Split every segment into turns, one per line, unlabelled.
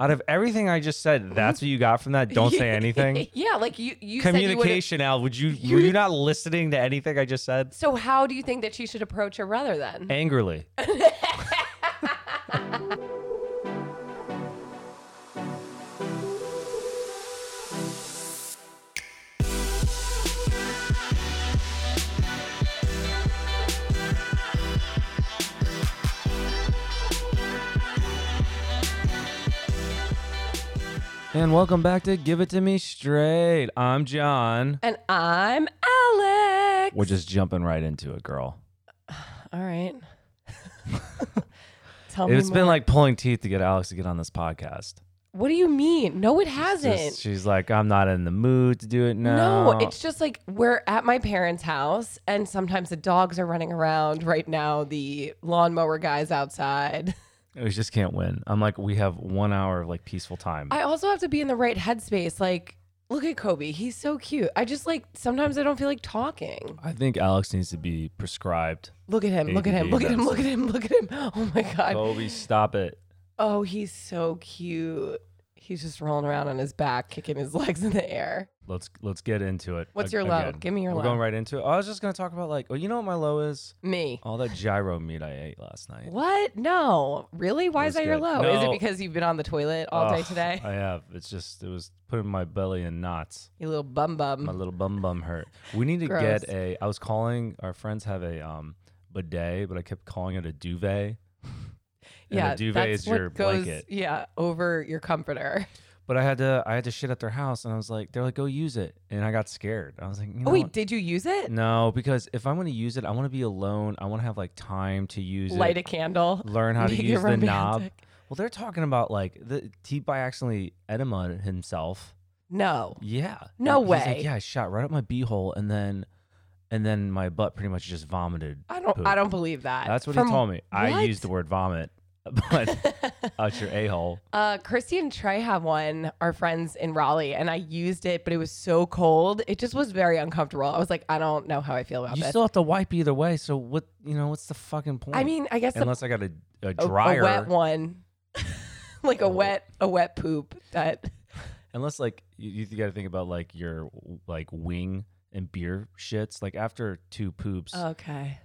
Out of everything I just said, that's what you got from that. Don't say anything.
yeah, like Mm-hmm. you, you said you would.
Communication, Al. Would you were you not listening to anything I just said?
So how do you think that she should approach her brother then?
Angrily. And welcome back to Give It To Me Straight. I'm John.
And I'm Alex.
We're just jumping right into it, girl.
All right. Tell me
It's
more.
been like pulling teeth to get Alex to get on this podcast.
What do you mean? No, it hasn't.
Just- she's like, I'm not in the mood to do it now.
no, it's just like we're at my parents' house, and sometimes the dogs are running around. Right now, the lawnmower guy's outside.
we just can't win. I'm like, we have one hour of like peaceful time.
I also have to be in the right headspace. Like, look at Kobe. He's so cute. I just like sometimes I don't feel like talking.
I think Alex needs to be prescribed.
Look at him. Look at him.
ADD,
Look at him.
that's
Look at him. Look at him. Oh my God.
Kobe, stop it.
Oh, he's so cute. He's just rolling around on his back, kicking his legs in the air.
Let's let's get into it.
What's
ag-
your low?
again.
Give me your
We're
low.
going right into it. I was just gonna talk about like, oh, you know what my low is?
Me.
All that gyro meat I ate last night.
What? No. Really? Why is
That's
that your
good.
low? Is it
No.
because you've been on the toilet all day
Ugh,
today?
I have. It's just it was putting my belly in knots.
you little bum bum.
My little bum bum hurt. We need to
Mm. Gross.
get a. I was calling our friends have a um bidet, but I kept calling it a duvet. And
yeah.
a duvet
that's
is
what
your
goes,
blanket.
Yeah, over your comforter.
But I had to. I had to shit at their house, and I was like, they're like, go use it, and I got scared. I was like, you know
oh, wait,
what?
did you use it?
no, because if I'm gonna use it, I want to be alone. I want to have like time to use
Light
it.
a candle.
learn how to
Make it
use the knob.
romantic.
Well, they're talking about like the T by accidentally enema himself.
No.
Yeah.
No
And he's like,
way.
yeah, I shot right up my beehole and then and then my butt pretty much just vomited.
I don't
Poop.
I don't believe that.
That's what
Uh, From-
he told me. I
What?
used the word vomit, but out your a hole.
Uh, Christy and Trey have one, our friends in Raleigh, and I used it, but it was so cold. It just was very uncomfortable. I was like, I don't know how I feel about
You
this.
still have to wipe either way. So what? You know what's the fucking point?
I mean, I guess a,
unless I got a, a
a- a
dryer,
wet one, like
Oh.
a wet, a wet poop that
unless like you, you got to think about like your like wing and beer shits. Like after two poops,
Okay.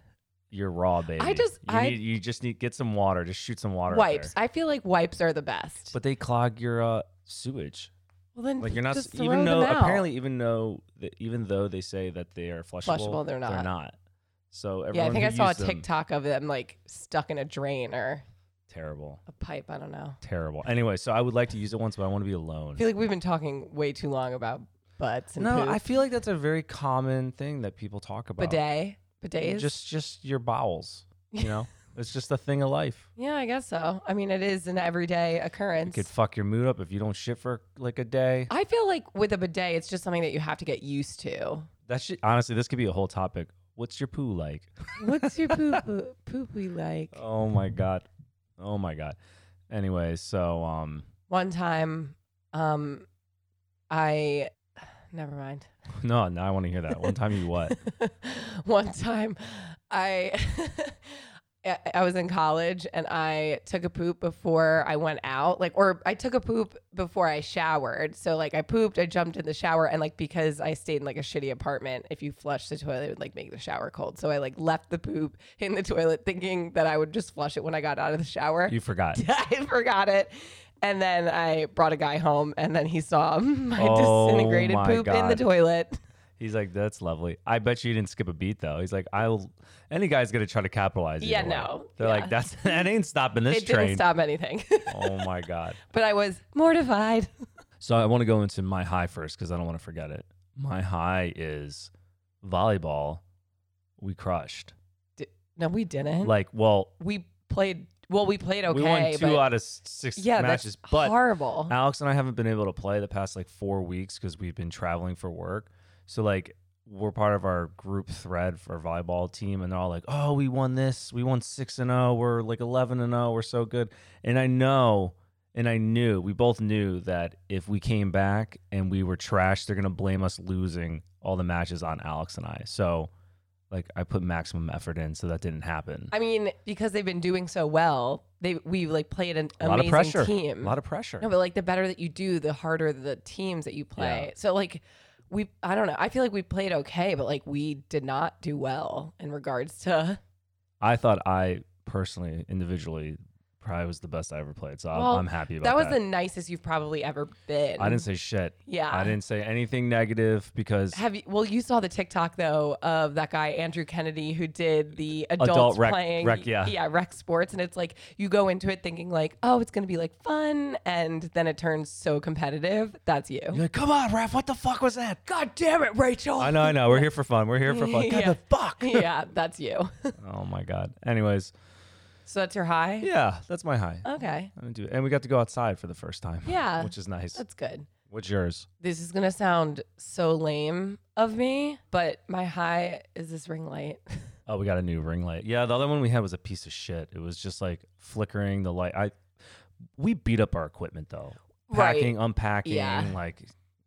You're raw, baby.
just-
you,
Uh, I-
need, you just need get some water. Just shoot some water. up
Wipes.
there.
I feel like wipes are the best.
But they clog your uh, sewage.
well, then
Like you're not
just throw
even
them
though
out.
apparently even though that, even though they say that they are flushable,
Flushable, they're
They're
not.
not. So everyone
Yeah, I think
who
I saw a
used them-
TikTok of them like stuck in a drain or
terrible,
a pipe. I don't know.
terrible. Anyway, so I would like to use it once, but I want to be alone.
I feel like we've been talking way too long about butts and
no,
poop.
I feel like that's a very common thing that people talk about.
bidet, bidets.
Just just your bowels. You know, it's just a thing of life.
Yeah, I guess so. I mean, it is an everyday
It
occurrence.
could fuck your mood up if you don't shit for like a day.
I feel like with a bidet, it's just something that you have to get used to.
That shit, honestly, this could be a whole topic. What's your poo like?
What's your poo poopy like?
Oh my god. Oh my god. Anyway, so um
One time, um, I never mind.
no, now I want to hear that. One time you what?
One time, I. I- I was in college and I took a poop before I went out, like, or I took a poop before I showered. So, like, I pooped, I jumped in the shower, and like, because I stayed in like a shitty apartment, if you flush the toilet, it would like make the shower cold. So, I like left the poop in the toilet thinking that I would just flush it when I got out of the shower.
You forgot.
I forgot it. And then I brought a guy home, and then he saw my
Oh
disintegrated
my
poop in the
God.
toilet.
He's like, that's lovely. I bet you didn't skip a beat though. He's like, I'll any guy's gonna try to capitalize.
Yeah,
either way.
no.
They're
Yeah.
like, that's that ain't stopping this
it
train.
didn't stop anything,
Oh my god.
but I was mortified.
So I want to go into my high first because I don't want to forget it. My high is volleyball. We crushed.
No, we didn't.
Like, well,
we played. Well, we played Mm. okay.
we won two
but
out of six
yeah,
matches,
that's
but
horrible.
Alex and I haven't been able to play the past like four weeks because we've been traveling for work. So like we're part of our group thread for our volleyball team, and they're all like, "Oh, we won this. We won six and zero. We're like eleven and zero. We're so good." And I know, and I knew, we both knew that if we came back and we were trash, they're gonna blame us losing all the matches on Alex and I. So like I put maximum effort in, so that didn't happen.
I mean, because they've been doing so well, they we like played an
a lot of
amazing
pressure.
team.
A lot of pressure.
No, but like the better that you do, the harder the teams that you play.
Yeah.
So like we I don't know. I feel like we played okay, but like we did not do well in regards to
I thought I personally, individually, probably was the best I ever played. So I'm-
Well,
I'm happy about
that
that.
was the nicest you've probably ever been.
I didn't say shit.
Yeah.
I didn't say anything negative because
Have you well you saw the TikTok though of that guy Andrew Kennedy who did the adults
Adult rec-
playing
rec, yeah.
yeah, rec sports and it's like you go into it thinking like, "Oh, it's going to be like fun," and then it turns so competitive. That's you.
you're like, come on, Raph, what the fuck was that?
God damn it, Rachel.
I know, I know. We're here for fun. We're here for fun. God,
Yeah.
the fuck.
yeah, that's you.
oh my god. Anyways,
so that's your high?
yeah, that's my high.
Okay.
I'm gonna do it. And we got to go outside for the first time.
Uh, Yeah. Uh,
which is nice.
That's good.
What's yours?
This is gonna sound so lame of me, but my high is this ring light.
Oh, we got a new ring light. Yeah, the other one we had was a piece of shit. It was just like flickering the light. I we beat up our equipment though.
Right.
Packing, unpacking,
Yeah.
like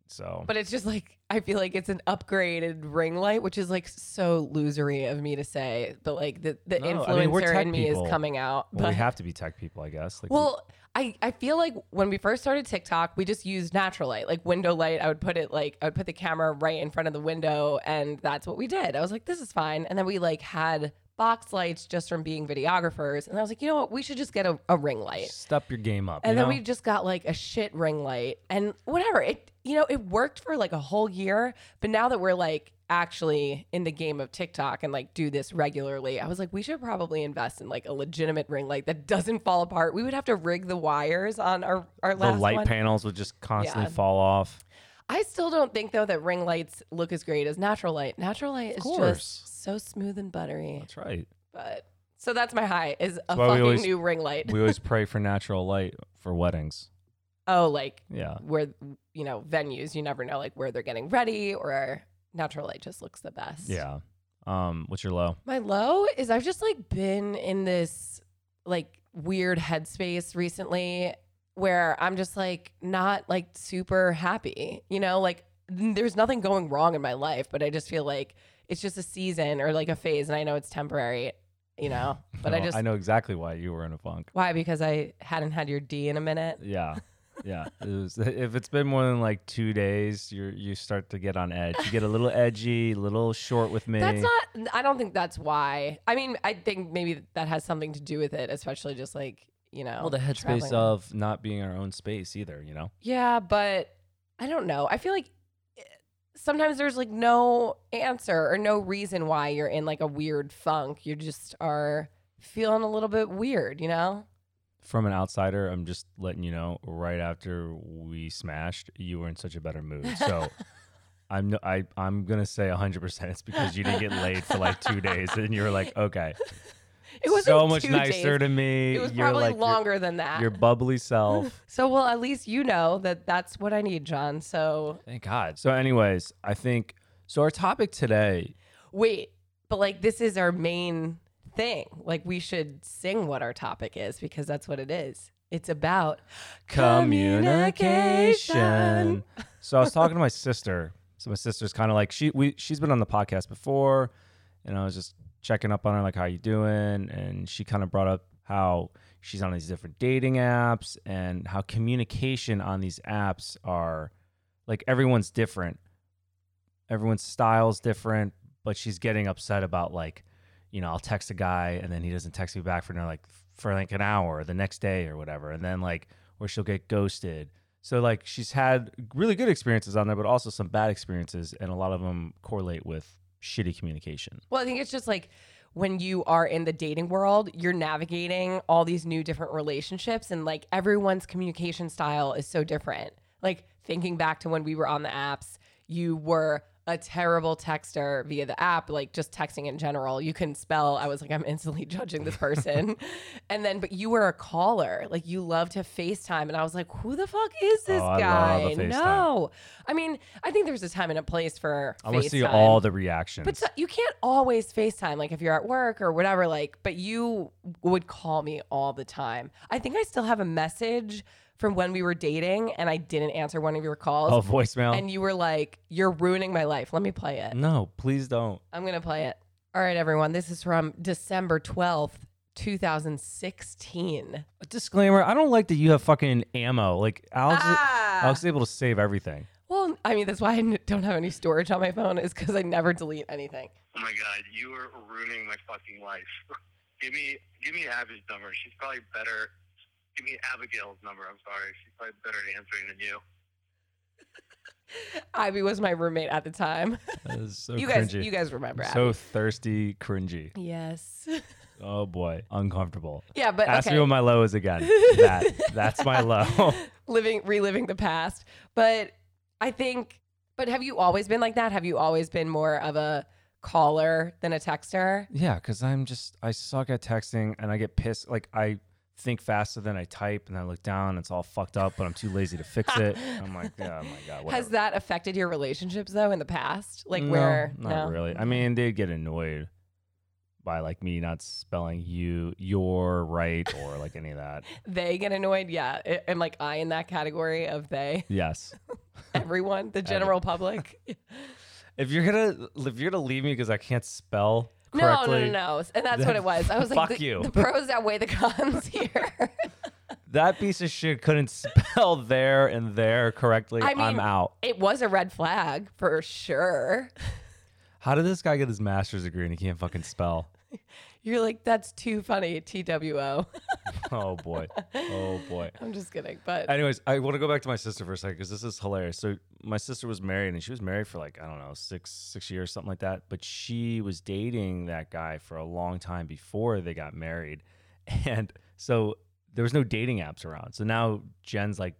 so.
But it's just like I feel like it's an upgraded ring light, which is like so losery of me to say. But like the, the
No, I mean, we're
influencer
tech
in me
people.
is coming out.
well,
but
we have to be tech people, I guess. Like,
Well, I, I feel like when we first started TikTok, we just used natural light, like window light. I would put it like I would put the camera right in front of the window, and that's what we did. I was like, this is fine. And then we like had box lights just from being videographers, and I was like, you know what, we should just get a, a ring light.
step your game up.
And
you
then
know?
we just got like a shit ring light and whatever. It you know, it worked for like a whole year, but now that we're like actually in the game of TikTok and like do this regularly, I was like we should probably invest in like a legitimate ring light that doesn't fall apart. We would have to rig the wires on our our
the
last
light
one.
panels would just constantly
Yeah.
fall off.
I still don't think though that ring lights look as great as natural light. Natural light is
course.
just so smooth and buttery.
That's right.
But so that's my high is a
why we
fucking
always-
new ring light.
we always pray for natural light for weddings.
oh, like
Yeah.
where you know venues you never know like where they're getting ready or natural light just looks the best
Yeah. Um, what's your low?
my low is i've just like been in this like weird headspace recently where i'm just like not like super happy you know like n- there's nothing going wrong in my life but i just feel like it's just a season or like a phase and i know it's temporary you know but i
No,
just
I know exactly why you were in a funk.
why because i hadn't had your d in a minute
Yeah. Yeah. It was, if it's been more than like two days, you you start to get on edge. You get a little edgy, a little short with me.
That's not. I don't think that's why. I mean, I think maybe that has something to do with it, especially just like you know.
well the headspace
traveling.
of not being in our own space either, you know?
Yeah, but I don't know. I feel like eh, sometimes there's like no answer or no reason why you're in like a weird funk. You just are feeling a little bit weird, you know.
From an outsider, I'm just letting you know, right after we smashed, you were in such a better mood. So I'm no, I I'm gonna say 100 percent it's because you didn't get laid for like two days and you were like, okay,
It was
so much nicer to me.
It was
You're
probably
like your-
longer than that.
Your bubbly self.
so well, at least you know that that's what I need, John. So
Thank God. So, anyways, I think so. Our topic today,
Wait, but like this is our main thing. Like we should sing what our topic is because that's what it is. It's about
communication. so I was talking to my sister. So my sister's kind of like she we she's been on the podcast before, and I was just checking up on her, like how you doing, and she kind of brought up how she's on these different dating apps and how communication on these apps are like everyone's different. Everyone's style's different, but she's getting upset about like, you know, I'll text a guy and then he doesn't text me back for another, like for like an hour or the next day or whatever, and then like or she'll get ghosted. So like she's had really good experiences on there, but also some bad experiences, and a lot of them correlate with shitty communication.
Well, I think it's just like when you are in the dating world, you're navigating all these new different relationships and like everyone's communication style is so different. Like thinking back to when we were on the apps, you were a terrible texter via the app, like just texting in general. You couldn't spell. I was like, I'm instantly judging this person. and then, but you were a caller. Like you love to FaceTime. And I was like, who the fuck is this
Oh, I
guy?
love a FaceTime.
no. I mean, I think there's a time and a place for
I want to see
FaceTime.
all the reactions.
But so, you can't always FaceTime, like if you're at work or whatever, like, but you would call me all the time. I think I still have a message from when we were dating and I didn't answer one of your
oh,
calls.
voicemail.
And you were like, You're ruining my life. Let me play it.
no, please don't.
I'm going to play it. All right, everyone. This is from December 12th, 2016.
A disclaimer: I don't like that you have fucking ammo. Like Alex,
Ah!
Alex is able to save everything.
Well, I mean, that's why I n- don't have any storage on my phone, is because I never delete anything.
Oh my god, you are ruining my fucking life. give me give me Abby's number. She's probably better. Give me Abigail's number. I'm sorry. She's probably better at answering than you.
Ivy was my roommate at the time.
That is so
you guys,
cringy.
you guys remember
so
Abby.
thirsty, cringy.
Yes.
Oh boy, uncomfortable.
yeah, but
Ask
okay.
me what my low is again. That that's my low.
living reliving the past but i think but have you always been like that have you always been more of a caller than a texter
yeah, because I'm just I suck at texting and I get pissed. Like I think faster than I type and I look down and it's all fucked up, but I'm too lazy to fix it. I'm like, yeah, oh my god. Whatever.
has that affected your relationships though in the past like
No,
where
not really. I mean, they'd get annoyed by like me not spelling you your right or like any of that.
they get annoyed yeah I- am like i in that category of they
Yes.
everyone the general public
If you're gonna if you're gonna leave me because I can't spell
no no
correctly,
no no and that's what it was i was like
Fuck
the,
you.
the pros outweigh the cons here
that piece of shit couldn't spell there and there correctly.
I
I'm
mean-
out.
it was a red flag for sure
How did this guy get his master's degree and he can't fucking spell?
you're like that's too funny two
Oh boy. Oh boy.
i'm just kidding but
Anyways, I want to go back to my sister for a second because this is hilarious. So my sister was married, and she was married for like I don't know six six years, something like that. But she was dating that guy for a long time before they got married, and so there was no dating apps around. So now Jen's like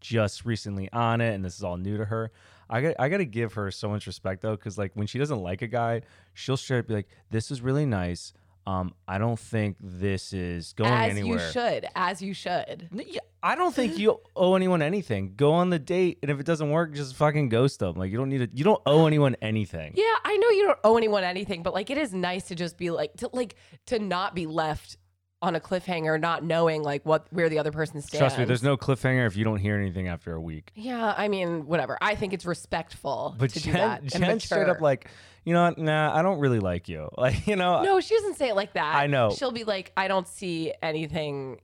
just recently on it, and this is all new to her. I got I got to give her so much respect though, because like when she doesn't like a guy, she'll straight up be like, "This is really nice." Um, I don't think this is going
as
anywhere.
you should, as you should.
N- yeah, I don't think you owe anyone anything. Go on the date, and if it doesn't work, just fucking ghost them. Like you don't need to. You don't owe anyone anything.
Yeah, I know you don't owe anyone anything, but like it is nice to just be like to like to not be left on a cliffhanger, not knowing like what where the other person stands.
Trust me, there's no cliffhanger if you don't hear anything after a week.
Yeah, I mean, whatever. I think it's respectful
But
to
Jen,
do that. and
Jen straight up
mature.
like, you know, what? nah, I don't really like you. Like you know,
No, she doesn't say it like that.
I know.
She'll be like, I don't see anything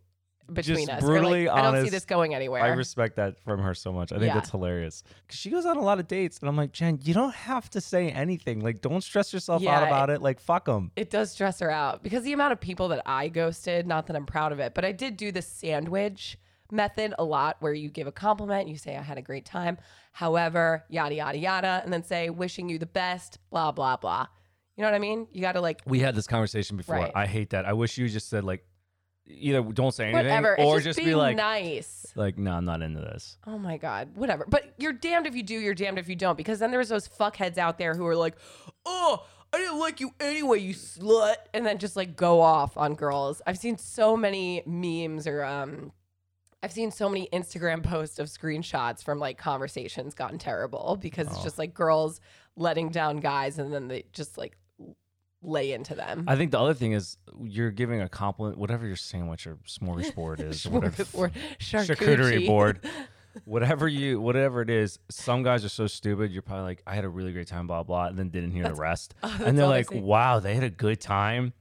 between
Just
us. Or, like,
brutally
I don't see
honest.
this going anywhere.
I respect that from her so much. I think
Yeah.
that's hilarious. 'Cause she goes on a lot of dates, and I'm like, Jen, you don't have to say anything. Like, don't stress yourself out
Yeah,
about it. Like, fuck them.
it does stress her out because the amount of people that I ghosted, not that I'm proud of it, but I did do the sandwich method a lot where you give a compliment, you say, I had a great time, however, yada, yada, yada, and then say, wishing you the best, blah, blah, blah. You know what I mean? You got to like,
We had this conversation before.
Right.
I hate that. I wish you just said like, either don't say anything
whatever.
or
it's
just,
just,
be
being
like,
nice.
like, no, I'm not into this.
Oh my God, whatever. But you're damned if you do, you're damned if you don't, because then there's those fuckheads out there who are like, oh, I didn't like you anyway, you slut. And then just like go off on girls. I've seen so many memes or, um, I've seen so many Instagram posts of screenshots from like conversations gotten terrible because it's
Oh.
just like girls letting down guys and then they just like lay into them.
I think the other thing is you're giving a compliment, whatever your sandwich or smorgasbord is, or whatever
Smorgasbord,
charcuterie
charcuterie.
board, whatever you, whatever it is. Some guys are so stupid. You're probably like, I had a really great time, blah blah, and then didn't hear the rest,
Oh, that's
and they're
all they
like,
say.
wow, they had a good time.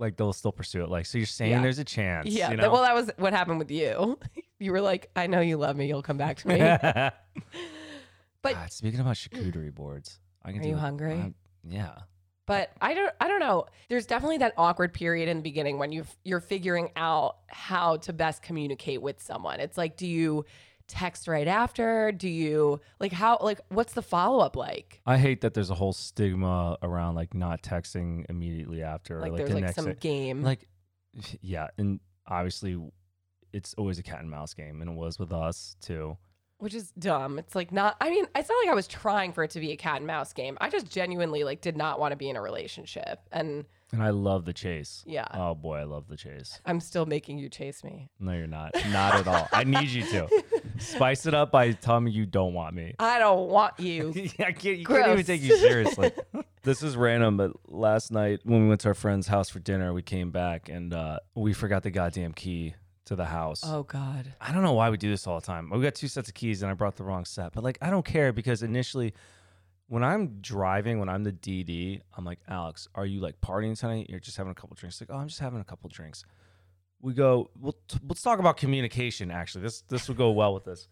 Like they'll still pursue it. Like so, you're saying
Yeah.
there's a chance.
Yeah.
You
th-
know?
well, that was what happened with you. You were like, I know you love me. You'll come back to me. But-
God, speaking about charcuterie boards, I can
Are
do
you
it.
hungry?
I'm- yeah.
but I don't I don't know. There's definitely that awkward period in the beginning when you you're figuring out how to best communicate with someone. It's like do you text right after? Do you like how like what's the follow-up like?
I hate that there's a whole stigma around like not texting immediately after, or,
Like,
like,
there's
the
like
next
some
day.
game.
like yeah and obviously it's always a cat and mouse game and it was with us too
which is dumb. It's like not I mean, it's not like I was trying for it to be a cat and mouse game. I just genuinely like did not want to be in a relationship. And
and i love the chase
yeah,
oh boy i love the chase
I'm still making you chase me.
no you're not not at all i need you to spice it up by telling me you don't want me
I don't want you.
I can't, you can't even
Gross.
take you seriously. this is random, but last night when we went to our friend's house for dinner, we came back and uh, we forgot the goddamn key to the house.
Oh God.
I don't know why we do this all the time. We got two sets of keys and I brought the wrong set, but like I don't care because initially when I'm driving, when I'm the DD, I'm like, Alex, are you like partying tonight? You're just having a couple drinks. Like, oh, I'm just having a couple drinks. We go. We'll t- let's talk about communication. Actually, this this would go well with this.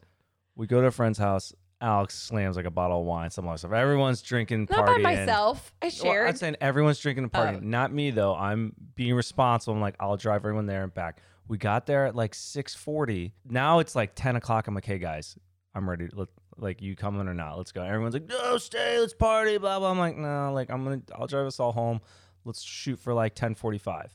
We go to a friend's house. Alex slams like a bottle of wine. Some other stuff. Everyone's drinking.
Not by
partying.
myself. I
Well,
shared.
I'm saying everyone's drinking and partying.
Oh.
Not me though. I'm being responsible. I'm like, I'll drive everyone there and back. We got there at like 6:40. Now it's like 10 o'clock. I'm like, hey guys, I'm ready. Let, like, you coming or not? Let's go. Everyone's like, no, stay. Let's party. Blah blah. I'm like, no. Like, I'm gonna. I'll drive us all home. Let's shoot for like 10:45.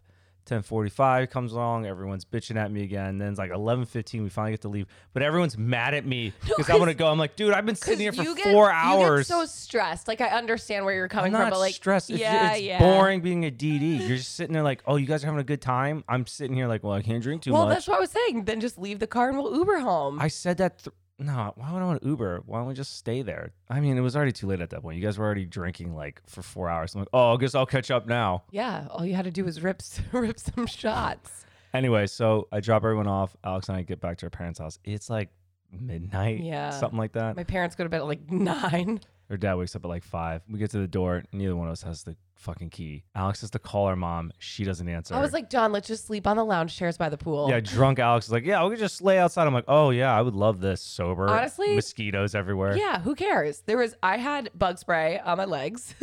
10:45 comes along. Everyone's bitching at me again. Then it's like 11:15. We finally get to leave, but everyone's mad at me because I
'cause-
want to go. I'm like, dude, I've been sitting here for
you
four
get,
hours.
You get so stressed. Like I understand where you're coming
I'm
from,
not
but like
stressed. It's,
yeah,
it's
yeah.
boring being a DD. You're just sitting there like, oh, you guys are having a good time. I'm sitting here like, well, I can't drink too
Well,
much.
that's what I was saying. Then just leave the car and we'll Uber home.
I said that. Th- no, why would I want Uber? Why don't we just stay there? I mean, it was already too late at that point. You guys were already drinking like for four hours. I'm like, oh, I guess I'll catch up now.
yeah, all you had to do was rip s- rip some shots.
Anyway, so I drop everyone off. Alex and I get back to our parents' house. It's like midnight,
Yeah.
something like that.
My parents go to bed at like nine.
Her dad wakes up at like five. We get to the door. Neither one of us has the fucking key. Alex has to call our mom. She doesn't answer.
I was like, John, let's just sleep on the lounge chairs by the pool.
Yeah, drunk Alex is like, yeah, we could just lay outside. I'm like, oh yeah, I would love this sober.
Honestly-
mosquitoes everywhere.
Yeah, who cares? There was I had bug spray on my legs.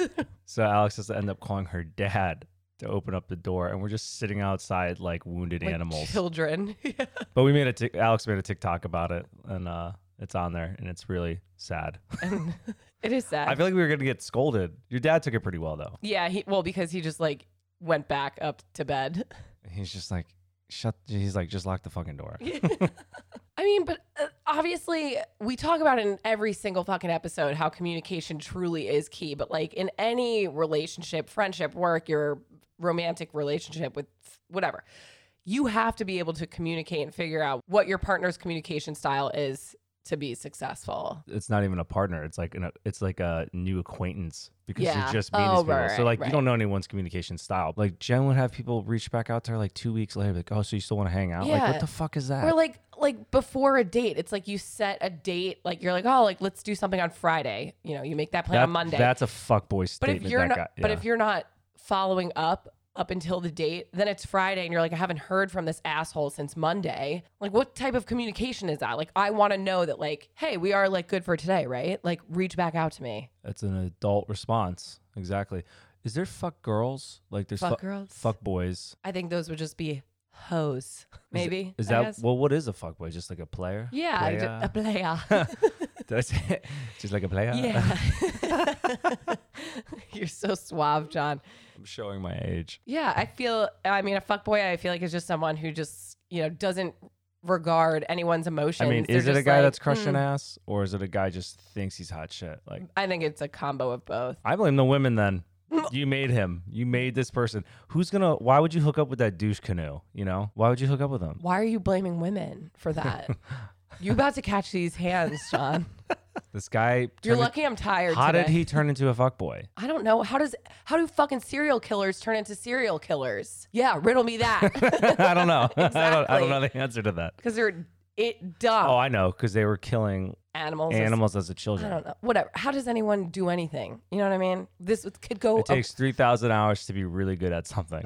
So Alex has to end up calling her dad to open up the door, and we're just sitting outside like wounded
like
animals.
Children. Yeah.
But we made a tic- Alex made a TikTok about it, and uh, it's on there, and it's really sad.
And it is sad.
I feel like we were gonna get scolded. Your dad took it pretty well though.
yeah, he well, because he just like went back up to bed.
He's just like, shut. He's like, just lock the fucking door.
I mean, but uh, obviously, we talk about it in every single fucking episode how communication truly is key. But like in any relationship, friendship, work, your romantic relationship with whatever, you have to be able to communicate and figure out what your partner's communication style is to be successful.
it's not even a partner. It's like an, it's like a new acquaintance because
Yeah.
you're just meeting
Oh,
these people.
right,
so like
right.
you don't know anyone's communication style. Like Jen would have people reach back out to her like two weeks later, like, oh, so you still want to hang out? Like,
Yeah.
what the fuck is that?
Or like like before a date, it's like you set a date, like you're like, oh, like let's do something on Friday. You know, you make that plan
That-
on Monday.
That's a fuckboy
But
statement.
if you're
that
not,
guy-
but
yeah.
if you're not following up up until the date, then it's Friday, and you're like, I haven't heard from this asshole since Monday. Like, what type of communication is that? Like, I want to know that, like, hey, we are like good for today, right? Like, reach back out to me.
that's an adult response. Exactly. Is there fuck girls? Like there's
Fuck
fu-
girls.
fuck boys.
I think those would just be hoes, maybe.
Is
I
that
guess.
well? What is a fuck boy? Just like a player?
yeah, I ju- a
Playa?
player.
Did I say it? just like a player.
yeah. You're so suave, John.
I'm showing my age.
Yeah, I feel. I mean, a fuckboy. I feel like is just someone who just you know doesn't regard anyone's emotions.
I mean,
They're
is it a
just
guy
like,
that's crushing
"Mm."
ass, or is it a guy just thinks he's hot shit? Like
I think it's a combo of both.
I blame the women then. You made him. You made this person. Who's gonna? Why would you hook up with that douche canoe? You know? Why would you hook up with him?
Why are you blaming women for that? you about to catch these hands, John.
This guy.
You're
turned-
lucky I'm tired.
How did
today.
he turn into a fuckboy?
I don't know. How does how do fucking serial killers turn into serial killers? Yeah, riddle me that.
I don't know. I, don't, I
Exactly.
don't know the answer to that.
Because they're it dumb
Oh, I know, because they were killing
animals. as-
animals as a
I
children.
don't know. Whatever. How does anyone do anything? You know what I mean? This could go.
It takes three thousand hours to be really good at something.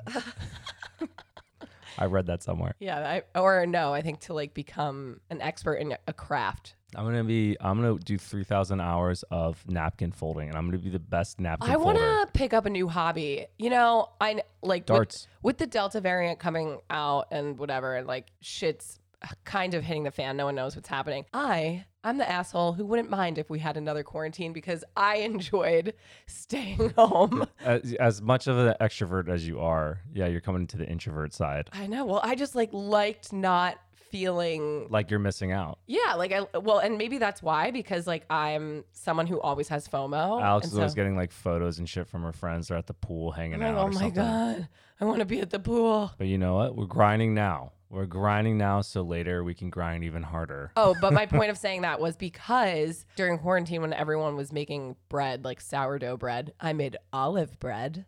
I read that somewhere.
yeah, I, or no, I think to like become an expert in a craft.
I'm gonna be. I'm gonna do three thousand hours of napkin folding, and I'm gonna be the best napkin
I want
folder.
to pick up a new hobby. You know, I kn- like with-
Darts.
with, the Delta variant coming out and whatever, and like shit's kind of hitting the fan. No one knows what's happening. I I'm the asshole who wouldn't mind if we had another quarantine because I enjoyed staying home.
as, as much of an extrovert as you are, yeah, you're coming to the introvert side.
I know. Well, I just like liked not feeling
Like you're missing out.
yeah like i well and maybe that's why because like i'm someone who always has fomo
Alex
Oh, and
is always
so-
getting like photos and shit from her friends. They're at the pool hanging out.
I'm like, oh
or
my
something.
god i want to be at the pool
But you know what? We're grinding now. We're grinding now, so later we can grind even harder.
Oh, but my point of saying that was because during quarantine, when everyone was making bread, like sourdough bread, I made olive bread.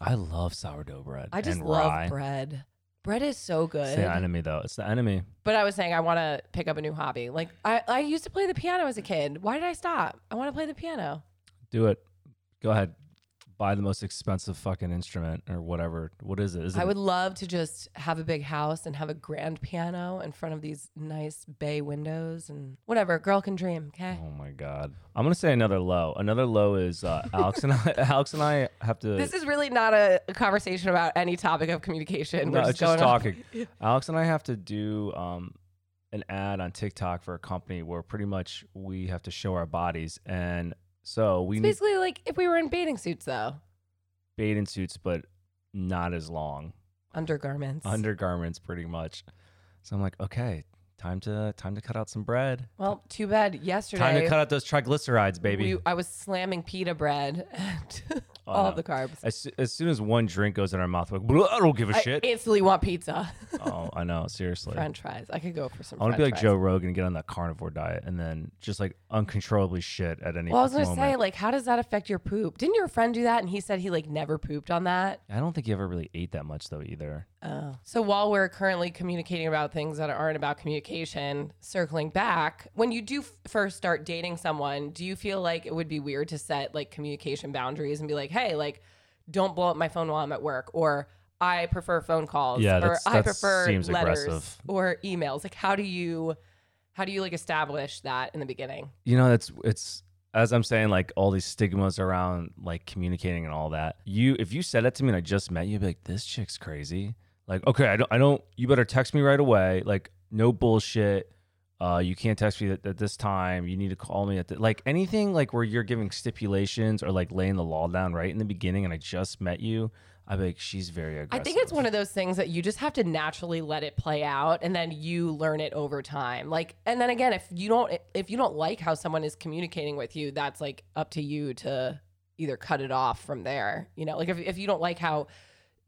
I love sourdough bread.
I just
and
love
rye.
bread. Bread is so
It's
good.
the enemy, though. It's the enemy.
But I was saying I want to pick up a new hobby. Like I, I used to play the piano as a kid. Why did I stop? I want to play the piano.
Do it. Go ahead. Buy the most expensive fucking instrument or whatever. What is it? Is it
I would love to just have a big house and have a grand piano in front of these nice bay windows and whatever. Girl can dream, okay?
Oh my god. I'm gonna say another low. Another low is uh, Alex and I. Alex and I have to.
This is really not a, a conversation about any topic of communication.
no,
We're just,
it's just
going off-
talking. Alex and I have to do um, an ad on TikTok for a company where pretty much we have to show our bodies, and so we
It's
need
basically like if we were in bathing suits, though,
bathing suits, but not as long
undergarments.
undergarments, pretty much. So I'm like, okay, time to time to cut out some bread.
well, too bad yesterday.
Time to cut out those triglycerides, baby.
we- I was slamming pita bread and
Oh,
all
no.
of the carbs.
as, soo- as soon as one drink goes in our mouth, we're like, "Bleh, I don't give a
I
shit.
instantly want pizza.
oh, I know, seriously.
French fries. I could go for some.
I want to
French
be like
fries.
Joe Rogan and get on that carnivore diet and then just like uncontrollably shit at any
Well, I was
fucking
gonna say,
moment.
like, how does that affect your poop? Didn't your friend do that? And he said he like never pooped on that.
I don't think he ever really ate that much though either.
Oh. So while we're currently communicating about things that aren't about communication, circling back, when you do f- first start dating someone, do you feel like it would be weird to set like communication boundaries and be like, hey, like, don't blow up my phone while I'm at work, or I prefer phone calls,
Yeah,
or
that's-
I
that
prefer
seems
letters
aggressive.
or emails. Like, how do you, how do you like establish that in the beginning?
You know, it's it's as I'm saying, like all these stigmas around like communicating and all that. You if you said that to me and I just met you, I'd be like, this chick's crazy. Like, okay, I don't I don't you better text me right away. Like, no bullshit. Uh, you can't text me at, at this time. You need to call me at the, like anything like where you're giving stipulations or like laying the law down right in the beginning. And I just met you. I'd be like, she's very
I
aggressive.
think it's one of those things that you just have to naturally let it play out and then you learn it over time. Like and then again, if you don't if you don't like how someone is communicating with you, that's like up to you to either cut it off from there. You know, like if if you don't like how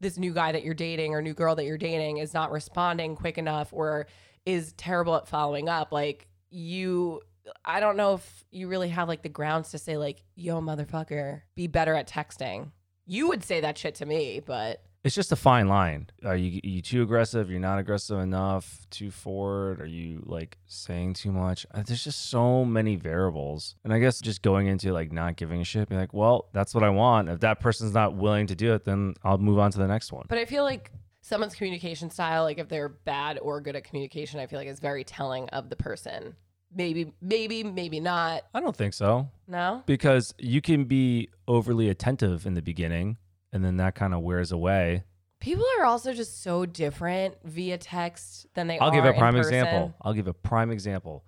this new guy that you're dating or new girl that you're dating is not responding quick enough or is terrible at following up, like you I don't know if you really have like the grounds to say like, "Yo motherfucker, be better at texting." You would say that shit to me, but
it's just a fine line. Are you you too aggressive? You're not aggressive enough. Too forward? Are you like saying too much? Uh, There's just so many variables, and I guess just going into like not giving a shit, be like, well, that's what I want. If that person's not willing to do it, then I'll move on to the next one.
But I feel like someone's communication style, like if they're bad or good at communication, I feel like it's very telling of the person. Maybe, maybe, maybe not.
I don't think so
No?
because you can be overly attentive in the beginning, and then that kind of wears away.
People are also just so different via text than they
I'll
are.
give a
in
prime
person.
example. I'll give a prime example.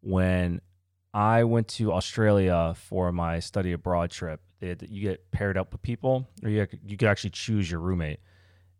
When I went to Australia for my study abroad trip, they had- you get paired up with people, or you you could actually choose your roommate.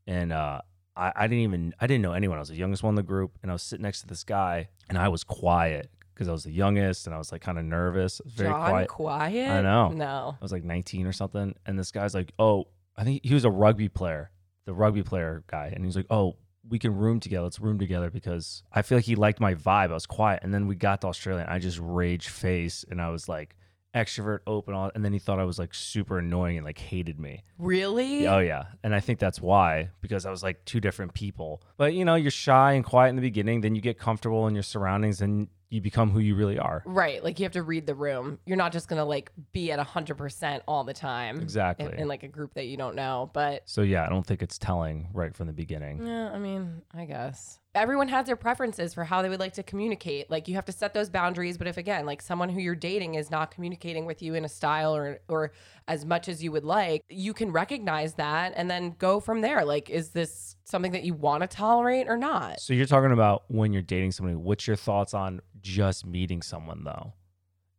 And uh, I, I didn't even I didn't know anyone. I was the youngest one in the group, and I was sitting next to this guy, and I was quiet because I was the youngest, and I was like kind of nervous, very
John
quiet.
Quiet?
I know.
No.
I was like 19 or something. And this guy's like, oh, I think he was a rugby player, the rugby player guy. And he's like, oh, we can room together. Let's room together because I feel like he liked my vibe. I was quiet. And then we got to Australia and I just rage face and I was like extrovert, open, all. And then he thought I was like super annoying and like hated me.
Really?
Yeah, Oh yeah, and I think that's why because I was like two different people. But you know, you're shy and quiet in the beginning, then you get comfortable in your surroundings, and you become who you really are.
Right. Like you have to read the room. You're not just going to like be at 100% all the time.
Exactly.
In, in like a group that you don't know. But
So yeah, I don't think it's telling right from the beginning.
Yeah, I mean, I guess. Everyone has their preferences for how they would like to communicate. Like you have to set those boundaries, but if again, like someone who you're dating is not communicating with you in a style or or as much as you would like, you can recognize that and then go from there. Like is this something that you want to tolerate or not?
So you're talking about when you're dating somebody. What's your thoughts on just meeting someone though?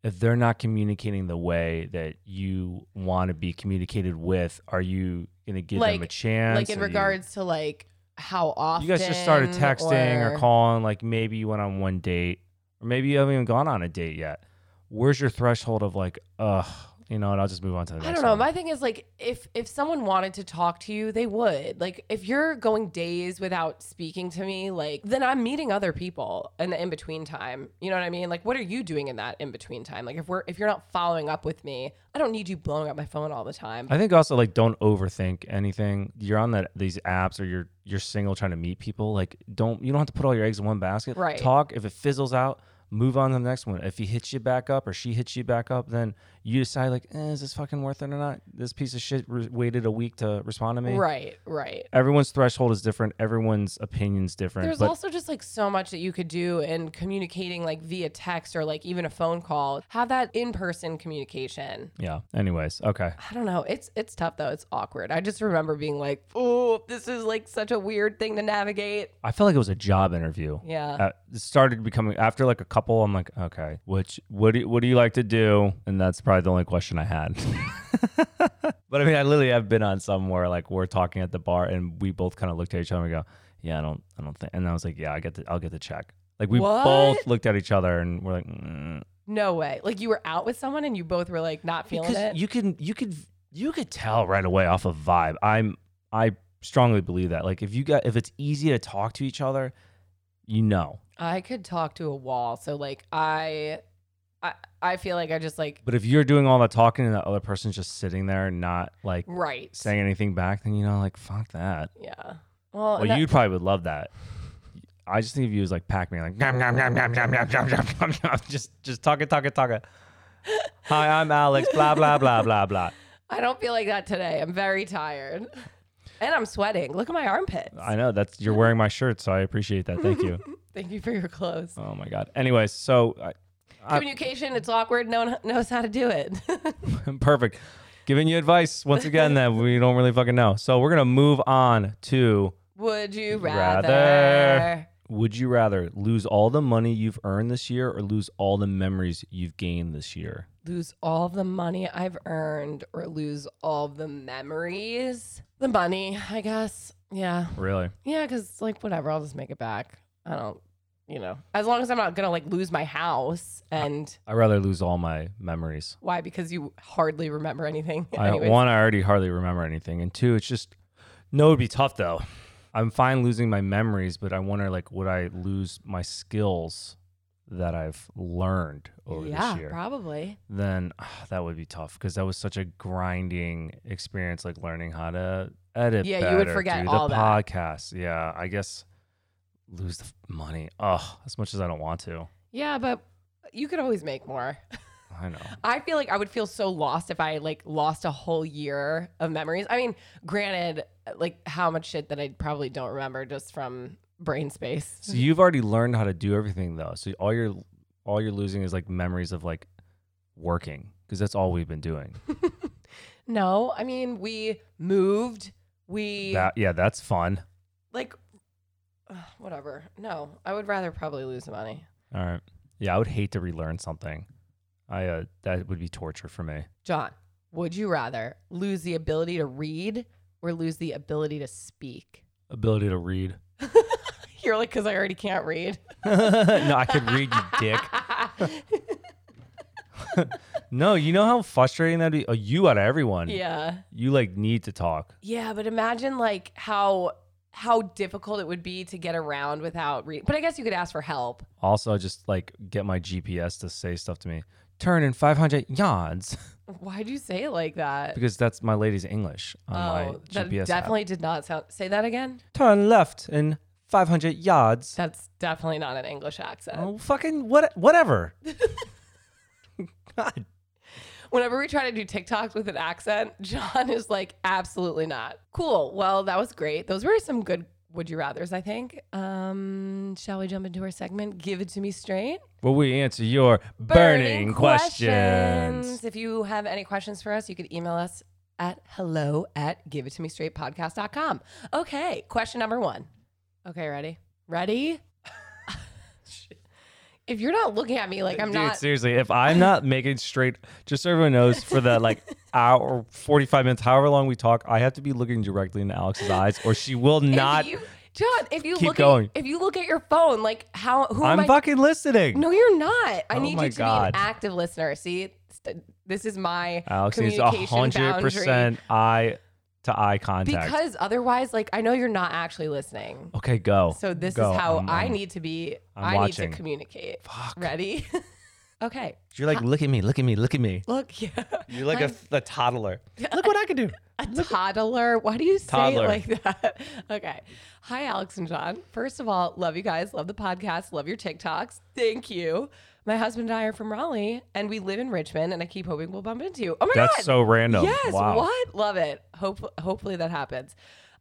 If they're not communicating the way that you want to be communicated with, are you gonna give them a
Like-
chance?
Like in
Are you-
regards to like how
you,
often
guys just started texting or, calling. Like maybe you went on one date, or maybe you haven't even gone on a date yet. Where's your threshold of like, ugh, you know? And I'll just move on to the next.
I don't know.
one.
My thing is like if if someone wanted to talk to you, they would. Like if you're going days without speaking to me, like then I'm meeting other people in the in between time. You know what I mean? Like what are you doing in that in between time? Like if we're if you're not following up with me, I don't need you blowing up my phone all the time.
I think also like don't overthink anything. You're on that these apps or you're you're single trying to meet people. Like don't you don't have to put all your eggs in one basket.
Right.
Talk if it fizzles out. move on to the next one. If he hits you back up or she hits you back up, then you decide like, eh, is this fucking worth it or not? This piece of shit re- waited a week to respond to me.
Right, right.
Everyone's threshold is different. Everyone's opinion's different.
There's
but
also just like so much that you could do in communicating like via text or like even a phone call. Have that in-person communication.
yeah. Anyways, okay.
I don't know. It's it's tough though. It's awkward. I just remember being like, "Oh, this is like such a weird thing to navigate."
I felt like it was a job interview.
Yeah.
Uh, it started becoming after like a couple. I'm like, okay, which what do you, what do you like to do? And that's probably the only question I had. but I mean, I literally have been on some where like we're talking at the bar and we both kind of looked at each other and we go, yeah, I don't, I don't think. And I was like, yeah, I get the, I'll get the check. Like we
What?
both looked at each other and we're like, mm.
No way. Like you were out with someone and you both were like not feeling
because
it.
you can, you could, you could tell right away off of vibe. I'm, I strongly believe that. Like if you got, if it's easy to talk to each other, you know.
I could talk to a wall. So like I I I feel like I just like
But if you're doing all that talking and the other person's just sitting there and not like
right.
saying anything back, then you know, like fuck that.
Yeah. Well,
Well,
that-
you probably would love that. I just think of you as like Pac-Man, like nom, nom, nom, nom, nom, nom, nom, nom, nom, nom. just just talking, talking, talking. Hi, I'm Alex. Blah blah blah blah blah.
I don't feel like that today. I'm very tired. And I'm sweating. Look at my armpits.
I know that's you're wearing my shirt, so I appreciate that. Thank you.
Thank you for your clothes.
Oh my god. Anyways, so I, I-
Communication, it's awkward. No one knows how to do it.
Perfect. Giving you advice once again that we don't really fucking know. So we're gonna move on to
Would you
Rather.
rather?
Would you rather lose all the money you've earned this year or lose all the memories you've gained this year?
lose all the money I've earned or lose all the memories? The money, I guess. Yeah.
Really?
Yeah, because like whatever, I'll just make it back. I don't, you know, as long as I'm not gonna like lose my house. And
I'd rather lose all my memories.
why? Because you hardly remember anything.
I,
Anyways.
one, I already hardly remember anything. And two, it's just, no, it'd be tough though. I'm fine losing my memories, but I wonder, like, would I lose my skills that I've learned over
yeah,
this year?
probably.
Then ah, that would be tough because that was such a grinding experience, like learning how to edit.
Yeah, you would
better,
forget
do
all
the
that.
podcast. Yeah, I guess lose the f- money. Oh, as much as I don't want to,
Yeah, but you could always make more.
I know.
I feel like I would feel so lost if I like lost a whole year of memories. I mean, granted, like how much shit that I probably don't remember just from brain space.
So you've already learned how to do everything though. So all you're all you're losing is like memories of like working because that's all we've been doing.
No, I mean we moved. We
That yeah, that's fun.
like ugh, whatever. No, I would rather probably lose the money.
All right. Yeah, I would hate to relearn something. I uh, that would be torture for me.
John, would you rather lose the ability to read or lose the ability to speak?
Ability to read.
You're like, because I already can't read.
Uh, no, I could read you, dick. No, you know how frustrating that'd be. Oh, you out of everyone.
yeah.
You like need to talk.
Yeah, but imagine like how how difficult it would be to get around without read. But I guess you could ask for help.
Also, just like get my GPS to say stuff to me. Turn in 500 yards
Why'd you say it like that?
because that's my lady's English on my
Oh, that
GPS. app.
definitely did not sound. Say that again.
Turn left in 500 yards.
That's definitely not an English accent.
Oh, fucking what? Whatever. God.
Whenever we try to do TikToks with an accent, John is like, absolutely not. Cool. Well, that was great. Those were some good would you rather's, I think. Um, shall we jump into our segment? Give it to me straight.
Will we answer your burning, questions?
If you have any questions for us, you could email us at hello at give it to me straight podcast.com. Okay, question number one. Okay, ready? Ready? if you're not looking at me like I'm
Uh, Dude,
not
seriously, if I'm not making straight, just so everyone knows, for that like hour, 45 minutes, however long we talk, I have to be looking directly into Alex's eyes or she will
If
not.
you- John, if you
Keep
look
going.
At, if you look at your phone, like how who am
I'm
I-
fucking listening.
No, you're not. I
Oh
need
my
you to
God.
be an active listener. See, St- this is my
Alex needs
communication
100%
boundary
eye to eye contact.
because otherwise, like I know you're not actually listening.
okay, go.
So this
Oh, Go.
is how
I'm-
i
I'm-
need to be.
I'm
i need
watching.
to communicate.
Fuck.
Ready? Okay.
You're like, look at me, look at me, look at me.
Look, yeah.
You're like
I'm-
a, a toddler. Look what I can do.
A toddler. Why do you say
Toddler.
it like that? Okay. Hi, Alex and John. First of all, love you guys. Love the podcast. Love your TikToks. Thank you. My husband and I are from Raleigh, and we live in Richmond, and I keep hoping we'll bump into you. Oh my
That's
god.
so random.
Yes.
wow.
What? Love it. Hope, hopefully that happens.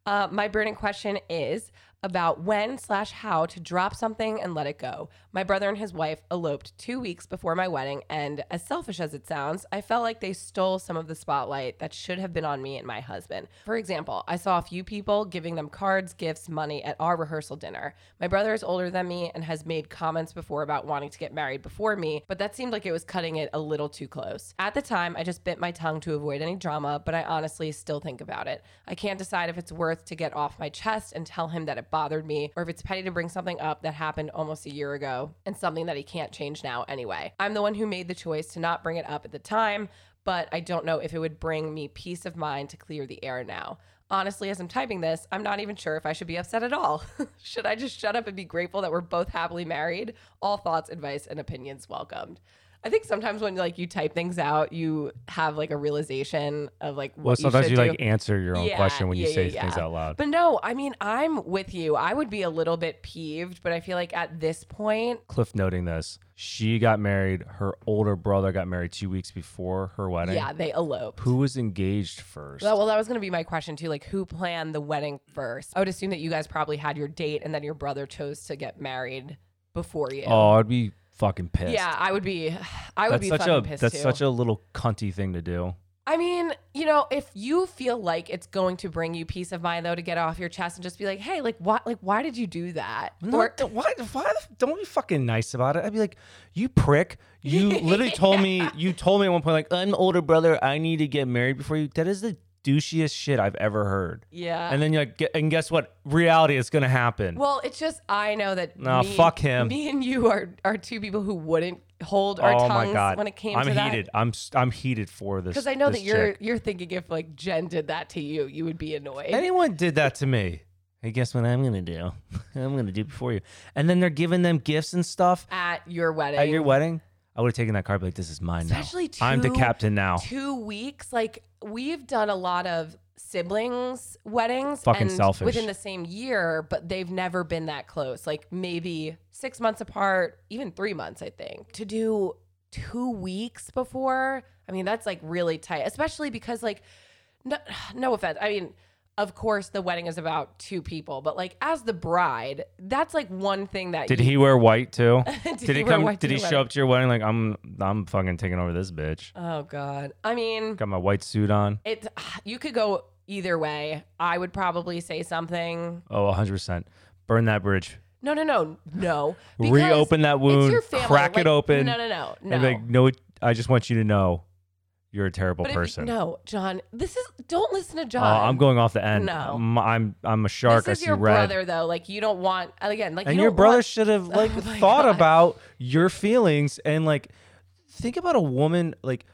Uh, my burning question is about when slash how to drop something and let it go. My brother and his wife eloped two weeks before my wedding, and as selfish as it sounds, I felt like they stole some of the spotlight that should have been on me and my husband. For example, I saw a few people giving them cards, gifts, money at our rehearsal dinner. My brother is older than me and has made comments before about wanting to get married before me, but that seemed like it was cutting it a little too close. At the time, I just bit my tongue to avoid any drama, but I honestly still think about it. I can't decide if it's worth to get off my chest and tell him that it bothered me, or if it's petty to bring something up that happened almost a year ago and something that he can't change now anyway. I'm the one who made the choice to not bring it up at the time, but I don't know if it would bring me peace of mind to clear the air now. Honestly, as I'm typing this, I'm not even sure if I should be upset at all. should I just shut up and be grateful that we're both happily married? All thoughts, advice, and opinions welcomed. I think sometimes when like you type things out, you have like a realization of like what
Well, sometimes
should
you,
do.
like answer your own
Yeah,
question when you
yeah,
say
yeah,
things
yeah.
out loud.
But no, I mean, I'm with you. I would be a little bit peeved, but I feel like at this point,
Cliff noting this, she got married. Her older brother got married two weeks before her wedding.
yeah, they elope.
Who was engaged first?
Well, well, that was going to be my question too. Like, who planned the wedding first? I would assume that you guys probably had your date, and then your brother chose to get married before you.
oh, I'd be fucking pissed.
yeah, I would be. I would
that's
be
such
fucking
a
pissed
that's
too.
such a little cunty thing to do.
I mean, you know, if you feel like it's going to bring you peace of mind though to get off your chest and just be like, hey, like what, like why did you do that? Or-
don't- why, why, don't be fucking nice about it. I'd be like, you prick. You literally told me, you told me at one point, like, I'm older brother. I need to get married before you. That is the douchiest shit I've ever heard.
yeah.
And then you're like, "Gu- and guess what? Reality is going to happen.
well, it's just I know that
Nah,
me,
fuck him.
Me and you are are two people who wouldn't hold our
oh
tongues
my God.
when it came
I'm
to that.
heated. I'm, s- I'm heated for this.
Because I know
this
that you're
chick.
you're thinking if like Jen did that to you, you would be annoyed.
Anyone did that to me. Hey, guess what I'm going to do? I'm going to do before you. And then they're giving them gifts and stuff
at your wedding.
at your wedding. I would have taken that card, be like, this is mine now.
Especially
I'm the
two-
captain now.
Two weeks, like we've done a lot of siblings weddings
Fucking
and
selfish.
within the same year, but they've never been that close. Like maybe six months apart, even three months, I think. To do two weeks before, I mean, that's like really tight, especially because like no, no offense. I mean, of course, the wedding is about two people, but like as the bride, that's like one thing that
Did
you,
he wear white too?
Did
did
he
he
wear
come?
white
did
to
he
the
show up to your wedding like I'm? I'm fucking taking over this bitch.
Oh God. I mean,
Got my white suit on.
it. You could go either way. I would probably say something.
Oh, 100 percent. Burn that bridge.
No, no, no, no. Because
Reopen that wound.
It's your family.
Crack it
Like,
open.
No, no, no, no.
And be like, no, it- I just want you to know, you're a terrible
But if-
person.
no, John. This is. Don't listen to
Uh,
John.
I'm going off the end.
No.
I'm I'm, I'm a shark.
This
I
is
see
your
red.
brother, though. Like you don't want again. Like
and
you
your
don't
brother
want-
should have like
Oh my
thought
God.
about your feelings and like think about a woman like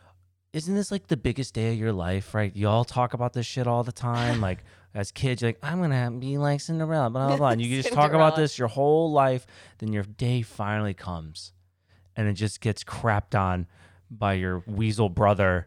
isn't this like the biggest day of your life right y'all talk about this shit all the time like as kids you're like i'm gonna be like cinderella blah blah blah and you just talk about
Cinderella.
this your whole life then your day finally comes and it just gets crapped on by your weasel brother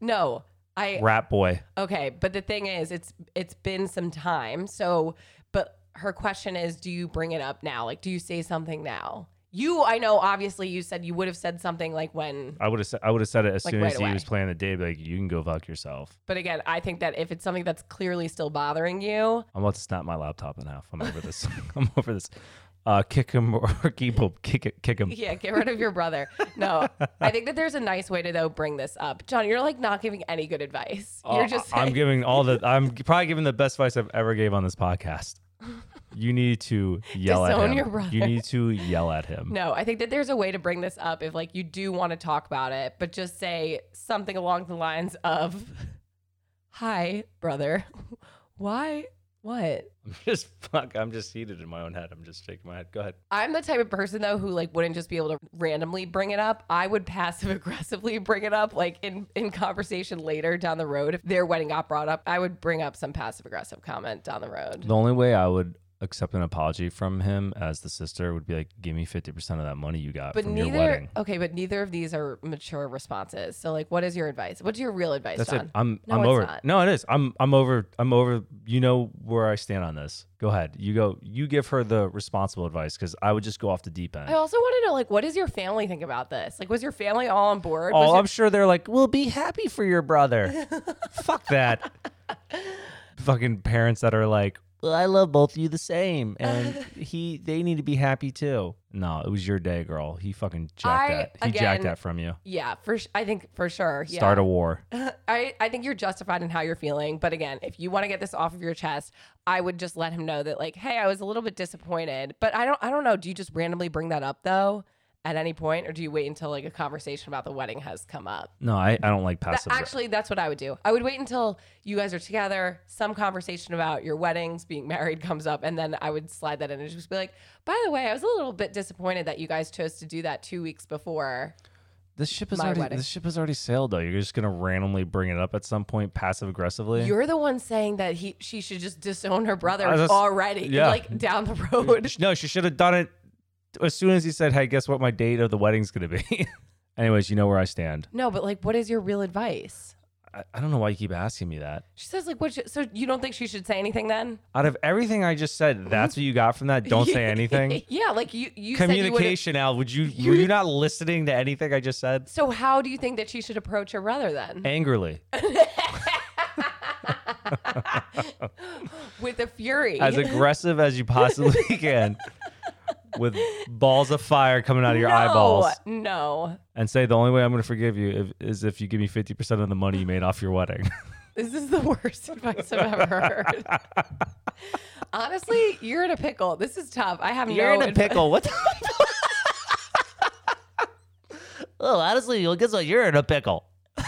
no. I
rat boy
Okay, but the thing is, it's it's been some time. So, but her question is, do you bring it up now? Like, do you say something now? You, I know, obviously, you said you would have said something like when.
i would have said i would have said it as
Like,
soon
right
as
away.
he was playing the day be like you can go fuck yourself
But again, I think that if it's something that's clearly still bothering you,
I'm about to snap my laptop in half. I'm over this. I'm over this. Uh, kick him or keep him. Kick it. Kick him.
yeah, get rid of your brother. No, I think that there's a nice way to though bring this up, John. You're like not giving any good advice.
Uh,
you're just
I'm
saying-
giving all the. I'm probably giving the best advice I've ever gave on this podcast. You need to yell at
Disown
him.
your brother.
You need to yell at him.
No, I think that there's a way to bring this up if like you do want to talk about it, but just say something along the lines of Hi, brother. Why what?
I'm just fuck. I'm just heated in my own head. I'm just shaking my head. Go ahead.
I'm the type of person though who like wouldn't just be able to randomly bring it up. I would passive aggressively bring it up like in in conversation later down the road if their wedding got brought up. I would bring up some passive aggressive comment down the road.
The only way I would accept an apology from him as the sister would be like, give me 50% of that money you got
But
from your
neither
wedding.
okay, but neither of these are mature responses. So like what is your advice? What's your real advice,
That's
John?
it. I'm
No,
I'm
it's
over.
not.
No, it is. I'm I'm over. I'm over. You know where I stand on this. Go ahead. You go. You give her the responsible advice because I would just go off the deep end.
I also want to know like what does your family think about this? Like was your family all on board? Was
Oh,
your-
I'm sure they're like, "We'll be happy for your brother." Fuck that. Fucking parents that are like, "Well, I love both of you the same, and he they need to be happy too." No, it was your day, girl. He fucking jacked
I-
that. He jacked
again-
that from you.
yeah, for sh- I think for sure. Yeah.
Start a war.
I, I think you're justified in how you're feeling. But again, if you want to get this off of your chest, I would just let him know that like, hey, I was a little bit disappointed. But I don't I don't know. Do you just randomly bring that up though at any point? Or do you wait until like a conversation about the wedding has come up?
No, I, I don't like
That-
passive.
actually, that's what I would do. I would wait until you guys are together, some conversation about your weddings, being married comes up, and then I would slide that in and just be like, by the way, I was a little bit disappointed that you guys chose to do that two weeks before.
this ship is
my
already
wedding.
this ship has already sailed though. You're just gonna randomly bring it up at some point, passive aggressively.
You're the one saying that he she should just disown her brother
I just-
already,
yeah.
like down the road.
no, she should have done it as soon as he said, "Hey, guess what? My date of the wedding's gonna be." Anyways, you know where I stand.
No, but like, what is your real advice?
I, I don't know why you keep asking me that.
She says like, what? Should, so you don't think she should say anything then?
Out of everything I just said, that's what you got from that. Don't say anything.
yeah, like you you said you would.
Communication, Al. Would you were you not listening to anything I just said?
So how do you think that she should approach her brother then?
Angrily,
With a fury.
as aggressive as you possibly can, with balls of fire coming out of your
no,
eyeballs,
No.
and say the only way I'm going to forgive you if, is if you give me 50 percent of the money you made off your wedding.
This is the worst advice I've ever heard. Honestly, you're in a pickle. This is tough. I have
You're
no
in a
advi-
pickle. What? the Oh, honestly, well, guess what? You're in a pickle.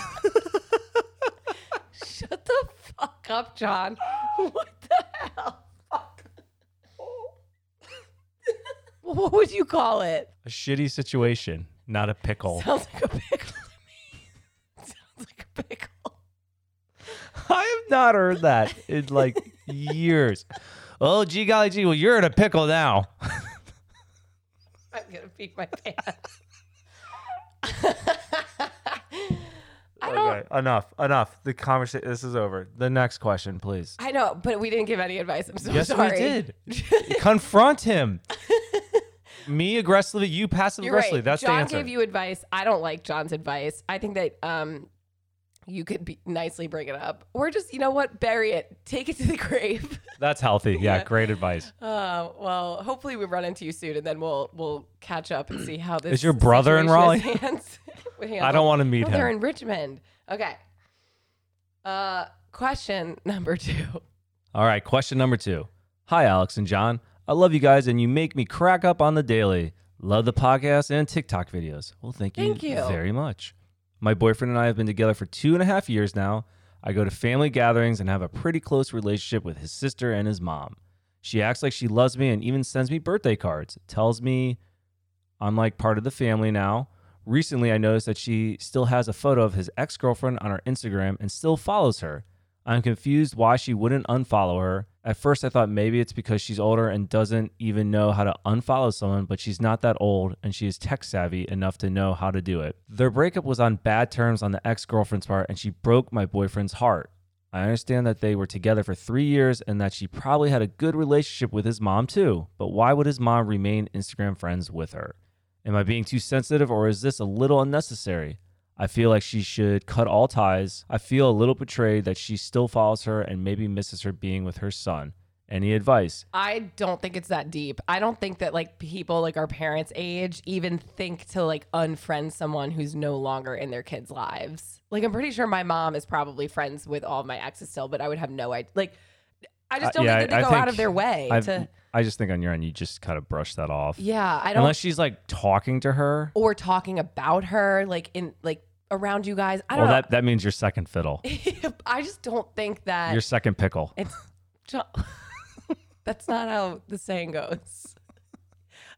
Shut the fuck up, John. What the hell? Fuck. what would you call it?
A shitty situation, not a pickle.
Sounds like a pickle to me. Sounds like a pickle.
I have not heard that in like years. Oh, gee, golly, gee. Well, you're in a pickle now.
I'm gonna pee my pants. I don't.
Okay, enough, enough. The conversation. This is over. The next question, please.
I know, but we didn't give any advice. I'm so
yes,
sorry.
we did. Confront him. Me aggressively, you passive
You're
aggressively.
right.
That's
John
the answer.
gave you advice. I don't like John's advice. I think that um, you could be nicely bring it up, or just you know what, bury it, take it to the grave.
That's healthy. Yeah,
Yeah.
great advice.
Uh, well, hopefully we run into you soon, and then we'll we'll catch up and see how this
Is your brother in
situation is
Raleigh?
hands- handled.
I don't want to meet
No, Oh, they're
him.
in Richmond. Okay. Uh, question number two.
All right, question number two. Hi, Alex and John. I love you guys, and you make me crack up on the daily. Love the podcast and TikTok videos. Well, thank you,
Thank you.
very much. My boyfriend and I have been together for two and a half years now. I go to family gatherings and have a pretty close relationship with his sister and his mom. She acts like she loves me and even sends me birthday cards, tells me I'm like part of the family now. Recently, I noticed that she still has a photo of his ex girlfriend on her Instagram and still follows her. I'm confused why she wouldn't unfollow her. At first, I thought maybe it's because she's older and doesn't even know how to unfollow someone, but she's not that old and she is tech savvy enough to know how to do it. Their breakup was on bad terms on the ex girlfriend's part, and she broke my boyfriend's heart. I understand that they were together for three years and that she probably had a good relationship with his mom too, but why would his mom remain Instagram friends with her? Am I being too sensitive or is this a little unnecessary? I feel like she should cut all ties. I feel a little betrayed that she still follows her and maybe misses her being with her son. Any advice?
I don't think it's that deep. I don't think that like people like our parents' age even think to like unfriend someone who's no longer in their kids' lives. Like I'm pretty sure my mom is probably friends with all my exes still, but I would have no idea. Like I just
Uh,
don't
yeah,
think that they
I- I
go
think
out of their way
I've-
to.
I just think on your end, you just kind of brush that off.
Yeah, I don't.
Unless she's like talking to her.
or talking about her like in like around you guys. I
Well,
don't know.
that, that means your second fiddle,
I just don't think that
your second pickle.
It's John. That's not how the saying goes.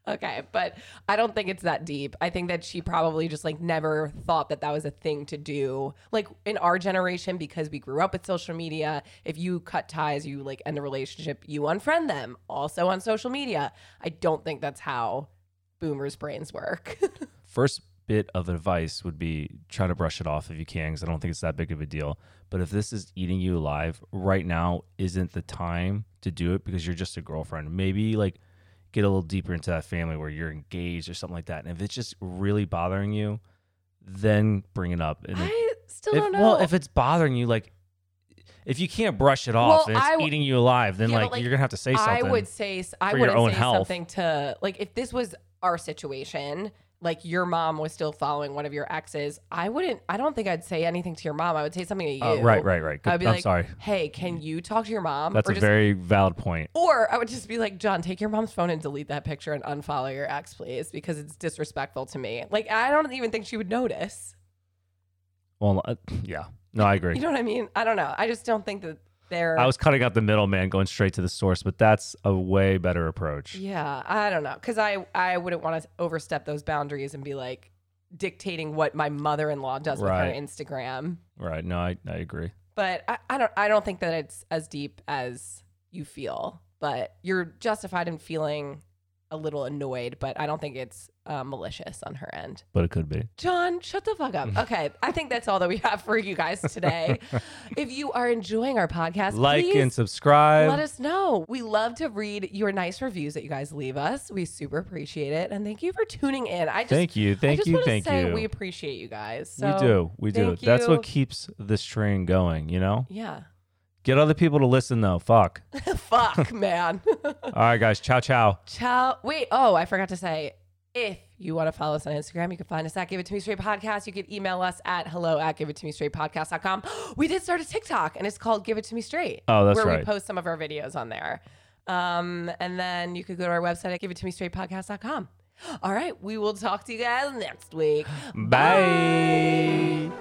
Okay, but I don't think it's that deep. I think that she probably just like never thought that that was a thing to do. Like in our generation, because we grew up with social media, if you cut ties, you like end a relationship, you unfriend them also on social media. I don't think that's how boomers' brains work.
First bit of advice would be try to brush it off if you can, because I don't think it's that big of a deal. But if this is eating you alive right now, isn't the time to do it because you're just a girlfriend. Maybe like get a little deeper into that family where you're engaged or something like that. And if it's just really bothering you, then bring it up. And if,
I still
if-
don't know.
well, if it's bothering you, like if you can't brush it off
Well,
and it's
I w-
eating you alive, then
Yeah, but,
like,
like,
you're gonna have to say
I
something.
would say s- I
for your
would
own
say
health.
something to like if this was our situation, like your mom was still following one of your exes. I wouldn't. I don't think I'd say anything to your mom. I would say something to you.
Uh, right, right, right.
I'd be
I'm
like,
sorry.
Hey, can you talk to your mom?
That's
or
a very valid point.
or I would just be like, John, take your mom's phone and delete that picture and unfollow your ex, please, because it's disrespectful to me. Like, I don't even think she would notice.
Well, uh, yeah. No, I agree.
You know what I mean? I don't know. I just don't think that they're.
I was cutting out the middleman, going straight to the source, but that's a way better approach.
Yeah, I don't know, because I I wouldn't want to overstep those boundaries and be like dictating what my mother in law does
Right.
with her Instagram.
Right. No, I, I agree.
But I, I don't I don't think that it's as deep as you feel. But you're justified in feeling a little annoyed, but I don't think it's uh, malicious on her end.
But it could be.
John, shut the fuck up. Okay, I think that's all that we have for you guys today. if you are enjoying our podcast,
Like
please
and subscribe.
let us know. We love to read your nice reviews that you guys leave us. We super appreciate it, and thank you for tuning in. I just
thank you.
I
Thank
just
you.
wanna
Thank
say
you.
We appreciate you guys. So,
we do. We do.
thank
That's
you.
what keeps this train going, you know?
Yeah.
Get other people to listen, though. Fuck.
Fuck, man.
All right, guys. Ciao, ciao.
Ciao. Wait. Oh, I forgot to say. If you want to follow us on Instagram, you can find us at Give It To Me Straight Podcast. You can email us at hello at Give It To Me Straight Podcast.com. We did start a TikTok and it's called Give It To Me Straight.
Oh, that's
where
right.
we post some of our videos on there. Um, and then you could go to our website at Give It To Me Straight Podcast.com. All right. We will talk to you guys next week.
Bye.